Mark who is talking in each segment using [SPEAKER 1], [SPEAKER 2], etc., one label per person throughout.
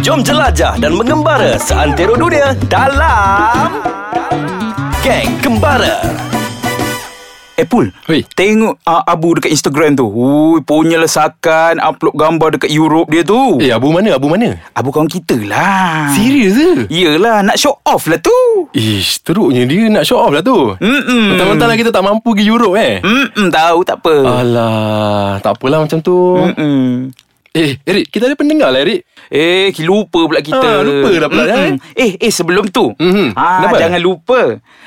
[SPEAKER 1] Jom jelajah dan mengembara seantero dunia dalam Geng Kembara.
[SPEAKER 2] Eh Pul
[SPEAKER 3] Oi.
[SPEAKER 2] Tengok uh, Abu dekat Instagram tu Ui, Punya lesakan Upload gambar dekat Europe dia tu
[SPEAKER 3] Eh, abu mana? Abu mana?
[SPEAKER 2] Abu kawan kita lah
[SPEAKER 3] Serius ke?
[SPEAKER 2] Yelah nak show off lah tu
[SPEAKER 3] Ish, teruknya dia nak show off lah tu.
[SPEAKER 2] Mm-mm.
[SPEAKER 3] Mentang-mentang lah kita tak mampu pergi Europe eh.
[SPEAKER 2] Mm-mm, tahu tak apa
[SPEAKER 3] Hmm. Alah, tak apalah macam tu.
[SPEAKER 2] Mm-mm.
[SPEAKER 3] Eh, Erik, kita ada pendengar lah, Erik.
[SPEAKER 2] Eh, ki- lupa pula kita.
[SPEAKER 3] Ah, lupa lah pula,
[SPEAKER 2] Mm-mm. Eh, eh sebelum tu.
[SPEAKER 3] Mhm.
[SPEAKER 2] Ah,
[SPEAKER 3] Kenapa?
[SPEAKER 2] jangan lupa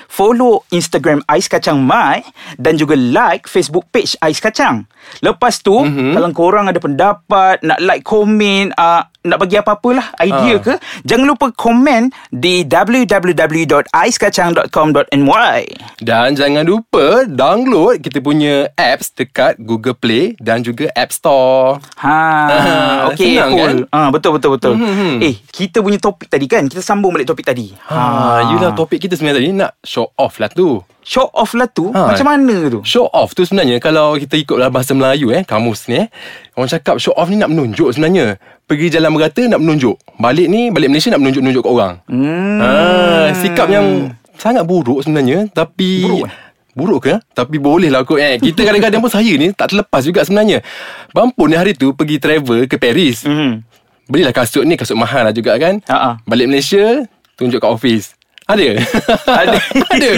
[SPEAKER 2] follow Instagram Ais Kacang Mai dan juga like Facebook page Ais Kacang. Lepas tu,
[SPEAKER 3] Mhm.
[SPEAKER 2] kalau korang ada pendapat, nak like komen, uh, nak bagi apa-apalah idea
[SPEAKER 3] Ah.
[SPEAKER 2] ke, jangan lupa komen di www.aiskacang.com.my.
[SPEAKER 3] Dan jangan lupa download kita punya apps dekat Google Play dan juga App Store.
[SPEAKER 2] Ha,
[SPEAKER 3] Ah,
[SPEAKER 2] okey
[SPEAKER 3] senang
[SPEAKER 2] Paul. Kan? Ha, betul betul betul.
[SPEAKER 3] Mhm.
[SPEAKER 2] Eh, kita punya topik tadi kan, kita sambung balik topik tadi.
[SPEAKER 3] Ha, yelah topik kita sebenarnya tadi nak show off lah tu.
[SPEAKER 2] Show off lah tu ha.
[SPEAKER 3] Ha.
[SPEAKER 2] Macam mana tu
[SPEAKER 3] Show off tu sebenarnya kalau kita ikut dalam bahasa Melayu eh, kamus ni eh. Orang cakap show off ni nak menunjuk sebenarnya. Pergi jalan merata nak menunjuk. Balik ni, balik Malaysia nak menunjuk-nunjuk kat orang.
[SPEAKER 2] Hmm
[SPEAKER 3] Ah, sikap yang sangat buruk sebenarnya tapi
[SPEAKER 2] Buruk eh?
[SPEAKER 3] Buruk ke? Tapi boleh lah kot eh. Kita kadang-kadang pun saya ni tak terlepas juga sebenarnya. Bampun ni hari tu pergi travel ke Paris.
[SPEAKER 2] hmm.
[SPEAKER 3] Mm. Belilah kasut ni, kasut mahal lah juga kan.
[SPEAKER 2] Ha-ha.
[SPEAKER 3] Balik Malaysia, tunjuk kat office. Ada?
[SPEAKER 2] Ada.
[SPEAKER 3] Ada.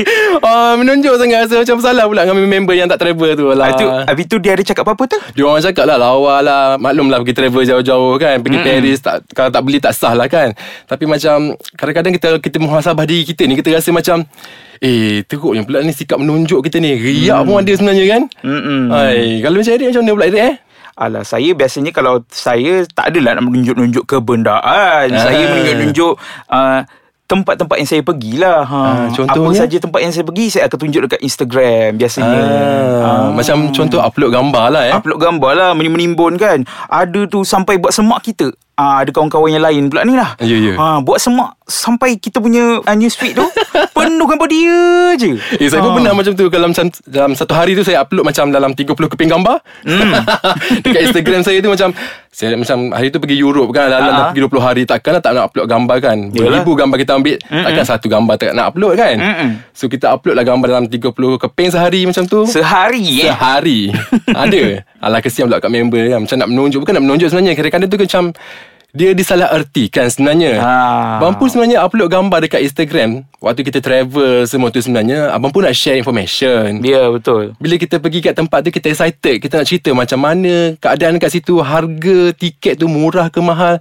[SPEAKER 3] Ah, menunjuk sangat rasa macam salah pula dengan member yang tak travel tu. Alah.
[SPEAKER 2] Lepas tu Habis tu dia ada cakap apa-apa tu
[SPEAKER 3] Dia orang cakap lah lawa lah Maklumlah pergi travel jauh-jauh kan Pergi mm-hmm. Paris tak, Kalau tak beli tak sah lah kan Tapi macam Kadang-kadang kita kita muhasabah diri kita ni Kita rasa macam Eh teruknya pula ni sikap menunjuk kita ni Riak mm. pun ada sebenarnya kan
[SPEAKER 2] Mm-mm.
[SPEAKER 3] Hai, Kalau macam Eric macam mana pula Eric eh
[SPEAKER 2] Alah saya biasanya kalau Saya tak adalah nak menunjuk-nunjuk kebendaan
[SPEAKER 3] Ah.
[SPEAKER 2] Saya menunjuk-nunjuk uh, Tempat-tempat yang saya pergilah ha.
[SPEAKER 3] Ah, contohnya?
[SPEAKER 2] Apa saja tempat yang saya pergi Saya akan tunjuk dekat Instagram Biasanya
[SPEAKER 3] ah. Macam contoh upload gambar lah eh
[SPEAKER 2] Upload gambar lah Menimbun kan Ada tu sampai buat semak kita Ah, ada kawan-kawan yang lain pula ni lah
[SPEAKER 3] Ya, ya.
[SPEAKER 2] Ah, Buat semak Sampai kita punya uh, Newsfeed tu Penuh gambar dia je Ah.
[SPEAKER 3] Eh saya
[SPEAKER 2] Oh.
[SPEAKER 3] pun pernah macam tu Kalau macam Dalam satu hari tu Saya upload macam Dalam 30 keping gambar
[SPEAKER 2] Hmm.
[SPEAKER 3] mm. Dekat Instagram saya tu macam Saya macam Hari tu pergi Europe kan
[SPEAKER 2] Ah.
[SPEAKER 3] Dalam dah pergi 20 hari Takkanlah tak nak upload gambar kan
[SPEAKER 2] Yalah.
[SPEAKER 3] Beribu gambar kita ambil Mm-mm. Takkan satu gambar tak nak upload kan
[SPEAKER 2] Mm-mm.
[SPEAKER 3] So kita upload lah gambar Dalam 30 keping sehari macam tu
[SPEAKER 2] Sehari eh
[SPEAKER 3] Sehari Ada Alah kesian pula kat member kan Macam nak menunjuk Bukan nak menunjuk sebenarnya Kadang-kadang tu macam Dia disalah ertikan sebenarnya
[SPEAKER 2] Ha.
[SPEAKER 3] Abang pun sebenarnya upload gambar dekat Instagram Waktu kita travel semua tu sebenarnya Abang pun nak share information
[SPEAKER 2] Ya betul
[SPEAKER 3] Bila kita pergi kat tempat tu kita excited Kita nak cerita macam mana Keadaan kat situ Harga tiket tu murah ke mahal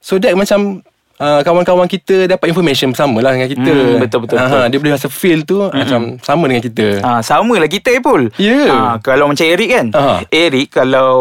[SPEAKER 3] So that macam uh, Kawan-kawan kita dapat information bersama lah dengan kita
[SPEAKER 2] Hmm, betul, betul,
[SPEAKER 3] Aha, Dia boleh rasa feel tu mm Macam sama dengan kita
[SPEAKER 2] Ah, sama lah kita eh Paul
[SPEAKER 3] Ya.
[SPEAKER 2] ah, Kalau macam Eric kan
[SPEAKER 3] Ah.
[SPEAKER 2] Eric kalau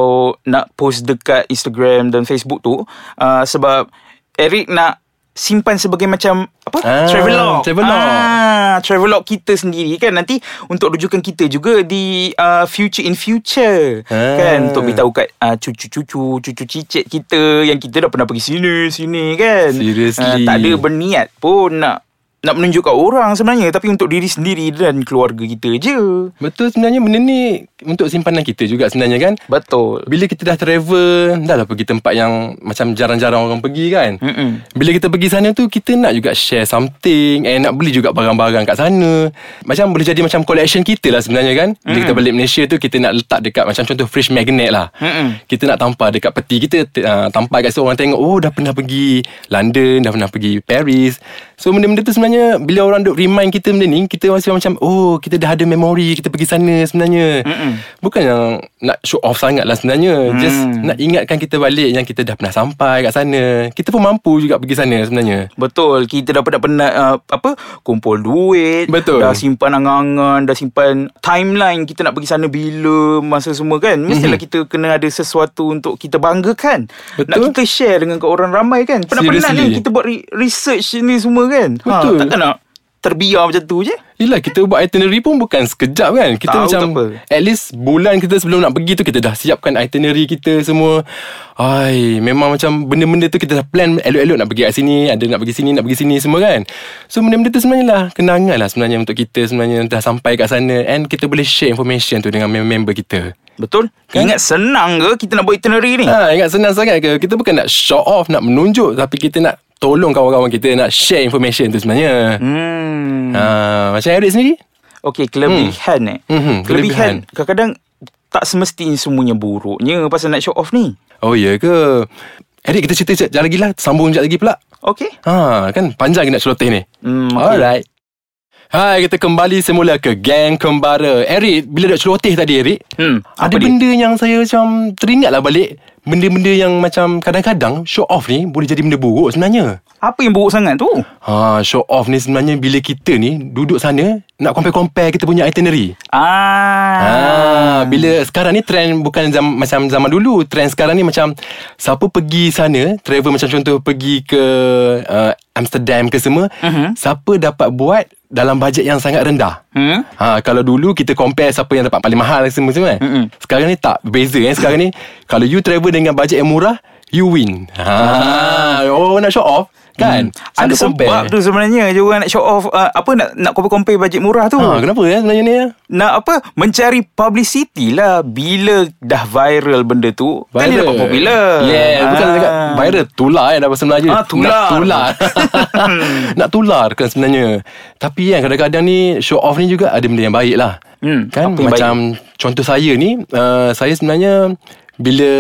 [SPEAKER 2] nak post dekat Instagram dan Facebook tu ah, Sebab Eric nak simpan sebagai macam apa
[SPEAKER 3] Ah,
[SPEAKER 2] travelog
[SPEAKER 3] travelog.
[SPEAKER 2] ah travelog kita sendiri kan nanti untuk rujukan kita juga di uh, future in future
[SPEAKER 3] Ah.
[SPEAKER 2] kan untuk beritahu kat uh, cucu-cucu cucu cicit kita yang kita dah pernah pergi sini sini kan
[SPEAKER 3] Seriously.
[SPEAKER 2] Ah, tak ada berniat pun nak nak menunjuk kat orang sebenarnya tapi untuk diri sendiri dan keluarga kita je.
[SPEAKER 3] Betul sebenarnya benda ni Untuk simpanan kita juga sebenarnya kan
[SPEAKER 2] Betul.
[SPEAKER 3] Bila kita dah travel Dah lah pergi tempat yang Macam jarang-jarang orang pergi kan
[SPEAKER 2] Mm-mm.
[SPEAKER 3] Bila kita pergi sana tu Kita nak juga share something And nak beli juga barang-barang kat sana Macam boleh jadi macam collection kita lah sebenarnya kan Bila kita balik Malaysia tu Kita nak letak dekat Macam contoh fridge magnet lah
[SPEAKER 2] Mm-mm.
[SPEAKER 3] Kita nak tampar dekat peti kita t- uh, Tampar kat situ orang tengok Oh dah pernah pergi London Dah pernah pergi Paris So benda-benda tu sebenarnya Bila orang duk remind kita benda ni Kita masih macam Oh kita dah ada memori Kita pergi sana sebenarnya Mm-mm. Bukan yang nak show off sangat lah sebenarnya mm. Just
[SPEAKER 2] Hmm.
[SPEAKER 3] nak ingatkan kita balik Yang kita dah pernah sampai kat sana Kita pun mampu juga pergi sana sebenarnya
[SPEAKER 2] Betul. Kita dah penat-penat uh, apa kumpul duit,
[SPEAKER 3] Betul.
[SPEAKER 2] dah simpan angan-angan, dah simpan timeline kita nak pergi sana bila, masa semua kan.
[SPEAKER 3] Mhm.
[SPEAKER 2] Mestilah mm-hmm. kita kena ada sesuatu untuk kita banggakan.
[SPEAKER 3] Betul.
[SPEAKER 2] Nak kita share dengan kat orang ramai kan. Penat-penat kan
[SPEAKER 3] Seriously.
[SPEAKER 2] kita buat re- research ni semua kan.
[SPEAKER 3] Betul.
[SPEAKER 2] Ha, takkan nak terbiar macam tu je
[SPEAKER 3] Yelah kita buat itinerary pun bukan sekejap kan
[SPEAKER 2] Tahu
[SPEAKER 3] Kita macam
[SPEAKER 2] tak apa.
[SPEAKER 3] At least bulan kita sebelum nak pergi tu Kita dah siapkan itinerary kita semua Ay, Memang macam benda-benda tu kita dah plan Elok-elok nak pergi kat sini Ada nak pergi sini, nak pergi sini semua kan So benda-benda tu sebenarnya lah Kenangan lah sebenarnya untuk kita Sebenarnya dah sampai kat sana And kita boleh share information tu dengan member kita
[SPEAKER 2] Betul
[SPEAKER 3] Kan?
[SPEAKER 2] Ingat senang ke kita nak buat itinerary ni
[SPEAKER 3] Ha, ingat senang sangat ke? Kita bukan nak show off, nak menunjuk Tapi kita nak tolong kawan-kawan kita Nak share information tu sebenarnya hmm.
[SPEAKER 2] Hmm
[SPEAKER 3] ha, Macam Eric sendiri?
[SPEAKER 2] Okey, kelebihan hmm. eh.
[SPEAKER 3] Mhm, kelebihan.
[SPEAKER 2] kelebihan. Kadang-kadang tak semestinya semuanya buruknya pasal nak show off ni.
[SPEAKER 3] Oh ya ke? Eric kita cerita sekejap lagi lah Sambung sekejap lagi pula
[SPEAKER 2] Okey.
[SPEAKER 3] Ha, kan panjang kita nak celoteh ni
[SPEAKER 2] Hmm, okey.
[SPEAKER 3] Alright Hai, kita kembali semula ke Gang Kembara Eric, bila nak celoteh tadi Eric
[SPEAKER 2] Hmm,
[SPEAKER 3] Ada
[SPEAKER 2] apa dia?
[SPEAKER 3] benda yang saya macam teringat lah balik Benda-benda yang macam kadang-kadang show off ni boleh jadi benda buruk sebenarnya
[SPEAKER 2] Apa yang buruk sangat tu?
[SPEAKER 3] Ha, show off ni sebenarnya bila kita ni duduk sana nak compare-compare kita punya itinerary.
[SPEAKER 2] Ah.
[SPEAKER 3] Ha, bila sekarang ni trend bukan zam, macam zaman dulu. Trend sekarang ni macam siapa pergi sana, travel macam contoh pergi ke uh, Amsterdam ke semua,
[SPEAKER 2] Mhm.
[SPEAKER 3] uh-huh. siapa dapat buat dalam bajet yang sangat rendah.
[SPEAKER 2] Hmm?
[SPEAKER 3] Ha, kalau dulu kita compare siapa yang dapat paling mahal semua semua kan.
[SPEAKER 2] Mm-mm.
[SPEAKER 3] Sekarang ni tak beza eh. Sekarang ni kalau you travel dengan bajet yang murah, you win. Ha, oh nak show off kan.
[SPEAKER 2] Ah. Hmm. Ada
[SPEAKER 3] Selalu compare.
[SPEAKER 2] sebab tu sebenarnya je orang nak show off uh, apa nak nak compare-compare bajet murah tu.
[SPEAKER 3] Ha, kenapa ya sebenarnya ni?
[SPEAKER 2] Nak apa? Mencari publicity lah bila dah viral benda tu. Viral. Kan dia dapat popular.
[SPEAKER 3] Yeah ah. Bukan cakap viral Tular eh Dalam Melayu
[SPEAKER 2] Ah, tular.
[SPEAKER 3] Nak tular Nak tular kan sebenarnya Tapi kan kadang-kadang ni Show off ni juga Ada benda yang baik lah
[SPEAKER 2] Hmm,
[SPEAKER 3] Kan
[SPEAKER 2] apa yang
[SPEAKER 3] macam baik? Contoh saya ni uh, Saya sebenarnya Bila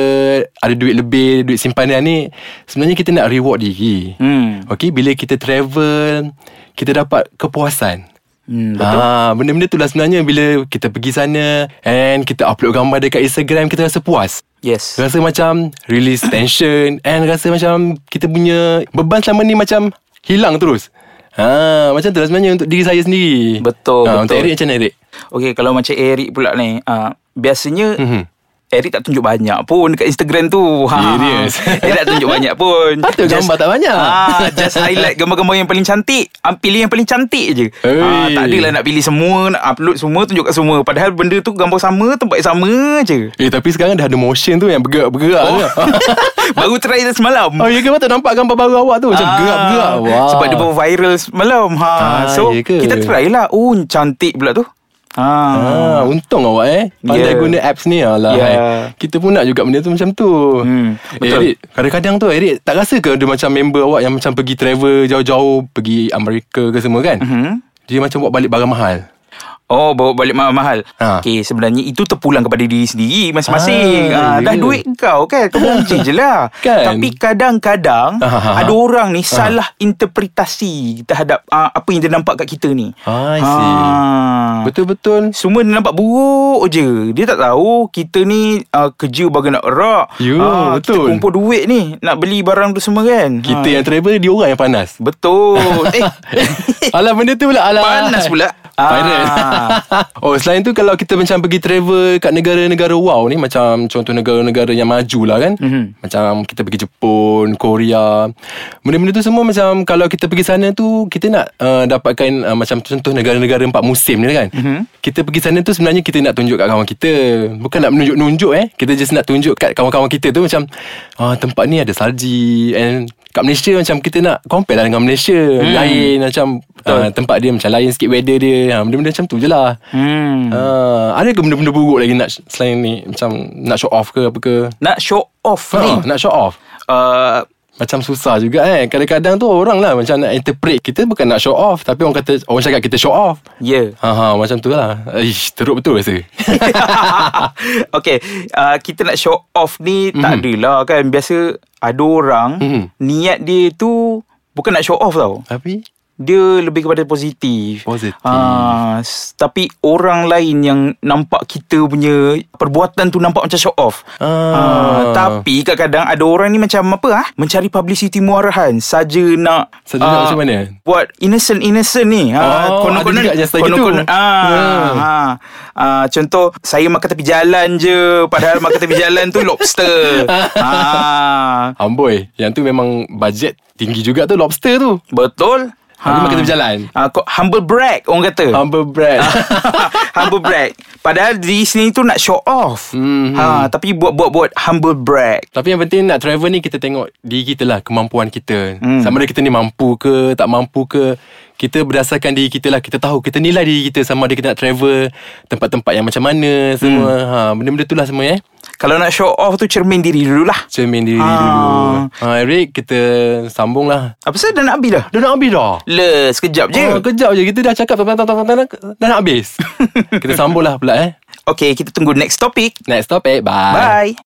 [SPEAKER 3] Ada duit lebih Duit simpanan ni Sebenarnya kita nak reward diri
[SPEAKER 2] Hmm.
[SPEAKER 3] Okay Bila kita travel Kita dapat kepuasan
[SPEAKER 2] Hmm,
[SPEAKER 3] betul. Ha, benda-benda tu lah sebenarnya bila kita pergi sana and kita upload gambar dekat Instagram kita rasa puas.
[SPEAKER 2] Yes.
[SPEAKER 3] Rasa macam release tension and rasa macam kita punya beban selama ni macam hilang terus. Ha, macam tu lah sebenarnya untuk diri saya sendiri.
[SPEAKER 2] Betul,
[SPEAKER 3] ha,
[SPEAKER 2] betul.
[SPEAKER 3] Untuk Eric macam mana Eric?
[SPEAKER 2] Okay kalau macam Eric pula ni uh, Biasanya
[SPEAKER 3] Mhm.
[SPEAKER 2] mm-hmm. Eric tak tunjuk banyak pun Dekat Instagram tu ha.
[SPEAKER 3] Serious?
[SPEAKER 2] Dia tak tunjuk banyak pun
[SPEAKER 3] Patut gambar tak banyak.
[SPEAKER 2] ah, Just highlight gambar-gambar yang paling cantik Ah, Pilih yang paling cantik je ah,
[SPEAKER 3] Hey.
[SPEAKER 2] Tak adalah nak pilih semua Nak upload semua Tunjuk kat semua Padahal benda tu gambar sama Tempat yang sama je
[SPEAKER 3] Eh tapi sekarang dah ada motion tu yang bergerak-bergerak oh.
[SPEAKER 2] Baru try semalam
[SPEAKER 3] oh ya ke Patut nampak gambar baru awak tu Macam
[SPEAKER 2] Ah,
[SPEAKER 3] gerak-gerak wow.
[SPEAKER 2] Sebab dia baru viral semalam ha.
[SPEAKER 3] Ah,
[SPEAKER 2] So
[SPEAKER 3] ya ke?
[SPEAKER 2] kita try lah Oh cantik pula tu ha.
[SPEAKER 3] Ah, untung awak eh Pandai
[SPEAKER 2] Yeah.
[SPEAKER 3] guna apps ni Alah
[SPEAKER 2] Yeah.
[SPEAKER 3] hai. Kita pun nak juga benda tu macam tu
[SPEAKER 2] Ya. Hmm,
[SPEAKER 3] eh,
[SPEAKER 2] betul.
[SPEAKER 3] Eric Kadang-kadang tu Eric Tak rasa ke ada macam member awak Yang macam pergi travel jauh-jauh Pergi Amerika ke semua
[SPEAKER 2] Mhm.
[SPEAKER 3] kan mm-hmm.
[SPEAKER 2] hmm.
[SPEAKER 3] Dia macam bawa balik barang mahal
[SPEAKER 2] Oh bawa balik mahal-mahal ha.
[SPEAKER 3] Ha.
[SPEAKER 2] Okay sebenarnya itu terpulang kepada diri sendiri Masing-masing ha,
[SPEAKER 3] Ah,
[SPEAKER 2] Dah
[SPEAKER 3] ya.
[SPEAKER 2] duit kau kan Kau bonci je lah
[SPEAKER 3] Kan?
[SPEAKER 2] Tapi kadang-kadang
[SPEAKER 3] Ah, ah, ah.
[SPEAKER 2] Ada orang ni salah interpretasi Terhadap uh, apa yang dia nampak kat kita ni
[SPEAKER 3] Ah,
[SPEAKER 2] Ah.
[SPEAKER 3] I see. Betul-betul
[SPEAKER 2] Semua dia nampak buruk je Dia tak tahu Kita ni uh, kerja bagai nak rak
[SPEAKER 3] Ya,
[SPEAKER 2] Ah, Kita
[SPEAKER 3] betul.
[SPEAKER 2] kumpul duit ni Nak beli barang tu semua kan
[SPEAKER 3] Kita
[SPEAKER 2] Ah.
[SPEAKER 3] yang travel Dia orang yang panas
[SPEAKER 2] Betul Eh
[SPEAKER 3] Alah benda tu pula alah.
[SPEAKER 2] Panas pula.
[SPEAKER 3] Viral
[SPEAKER 2] Ah.
[SPEAKER 3] Oh selain tu Kalau kita macam pergi travel Kat negara-negara wow ni Macam contoh negara-negara Yang maju lah kan mm-hmm. Macam kita pergi Jepun Korea Benda-benda tu semua Macam kalau kita pergi sana tu Kita nak uh, dapatkan uh, Macam contoh negara-negara Empat musim ni kan mm-hmm. Kita pergi sana tu Sebenarnya kita nak tunjuk Kat kawan kita Bukan nak menunjuk-nunjuk eh Kita just nak tunjuk Kat kawan-kawan kita tu Macam ah, Tempat ni ada salji And Kat Malaysia macam kita nak compare lah dengan Malaysia hmm. Lain macam uh, tempat dia macam lain sikit weather dia ha, Benda-benda macam tu je lah
[SPEAKER 2] hmm.
[SPEAKER 3] ha, Ada ke benda-benda buruk lagi nak selain ni Macam nak show off ke apa ke
[SPEAKER 2] Nak show off
[SPEAKER 3] ha,
[SPEAKER 2] ni
[SPEAKER 3] Nak show off
[SPEAKER 2] uh,
[SPEAKER 3] macam susah juga eh Kadang-kadang tu orang lah Macam nak interpret Kita bukan nak show off Tapi orang kata Orang cakap kita show off
[SPEAKER 2] Ya yeah.
[SPEAKER 3] ha, ha, Macam tu lah Ish, Teruk betul rasa
[SPEAKER 2] okay uh, Kita nak show off ni mm-hmm. Tak adalah kan Biasa Ada orang
[SPEAKER 3] Mhm.
[SPEAKER 2] mm-hmm. Niat dia tu Bukan nak show off tau
[SPEAKER 3] Tapi
[SPEAKER 2] Dia lebih kepada positif
[SPEAKER 3] Positif.
[SPEAKER 2] Ah, s- Tapi orang lain yang Nampak kita punya Perbuatan tu nampak macam show off
[SPEAKER 3] Ah.
[SPEAKER 2] Tapi kadang-kadang Ada orang ni macam apa ah? Mencari publicity muarahan Saja nak
[SPEAKER 3] Saja nak
[SPEAKER 2] ah,
[SPEAKER 3] macam mana?
[SPEAKER 2] Buat innocent-innocent ni Ah,
[SPEAKER 3] Oh, ada juga yang style gitu. Ya.
[SPEAKER 2] konon-konon- ah,
[SPEAKER 3] Yeah.
[SPEAKER 2] ah, Ha. Uh, contoh saya makan tepi jalan je padahal makan tepi jalan tu lobster. Ah. ha.
[SPEAKER 3] Amboi Yang tu memang Bajet tinggi juga tu Lobster tu
[SPEAKER 2] Betul?
[SPEAKER 3] Habis makan tepi jalan
[SPEAKER 2] Ah, kau- humble brag orang kata.
[SPEAKER 3] Humble bread
[SPEAKER 2] humble brag. Padahal di sini tu nak show off.
[SPEAKER 3] Mhm.
[SPEAKER 2] Ha, tapi buat-buat-buat humble brag.
[SPEAKER 3] Tapi yang penting nak travel ni Kita tengok diri kita lah Kemampuan kita Sama ada kita ni mampu ke Tak mampu ke Kita berdasarkan diri kita lah Kita tahu Kita nilai diri kita Sama ada kita nak travel Tempat-tempat yang macam mana Semua ha, Benda-benda tu lah semua eh
[SPEAKER 2] Kalau nak show off tu cermin diri dulu lah.
[SPEAKER 3] Cermin diri
[SPEAKER 2] Ah.
[SPEAKER 3] dulu ha, Eric kita sambung lah
[SPEAKER 2] Apa saya dah nak habis dah?
[SPEAKER 3] Dah nak habis dah
[SPEAKER 2] Le, sekejap je.
[SPEAKER 3] Oh, kejap je Kita dah cakap tentang- tentang- tentang- tentang- Dah nak habis Kita sambung lah pula eh
[SPEAKER 2] Okay, kita tunggu next topic.
[SPEAKER 3] Next topic Bye
[SPEAKER 2] Bye.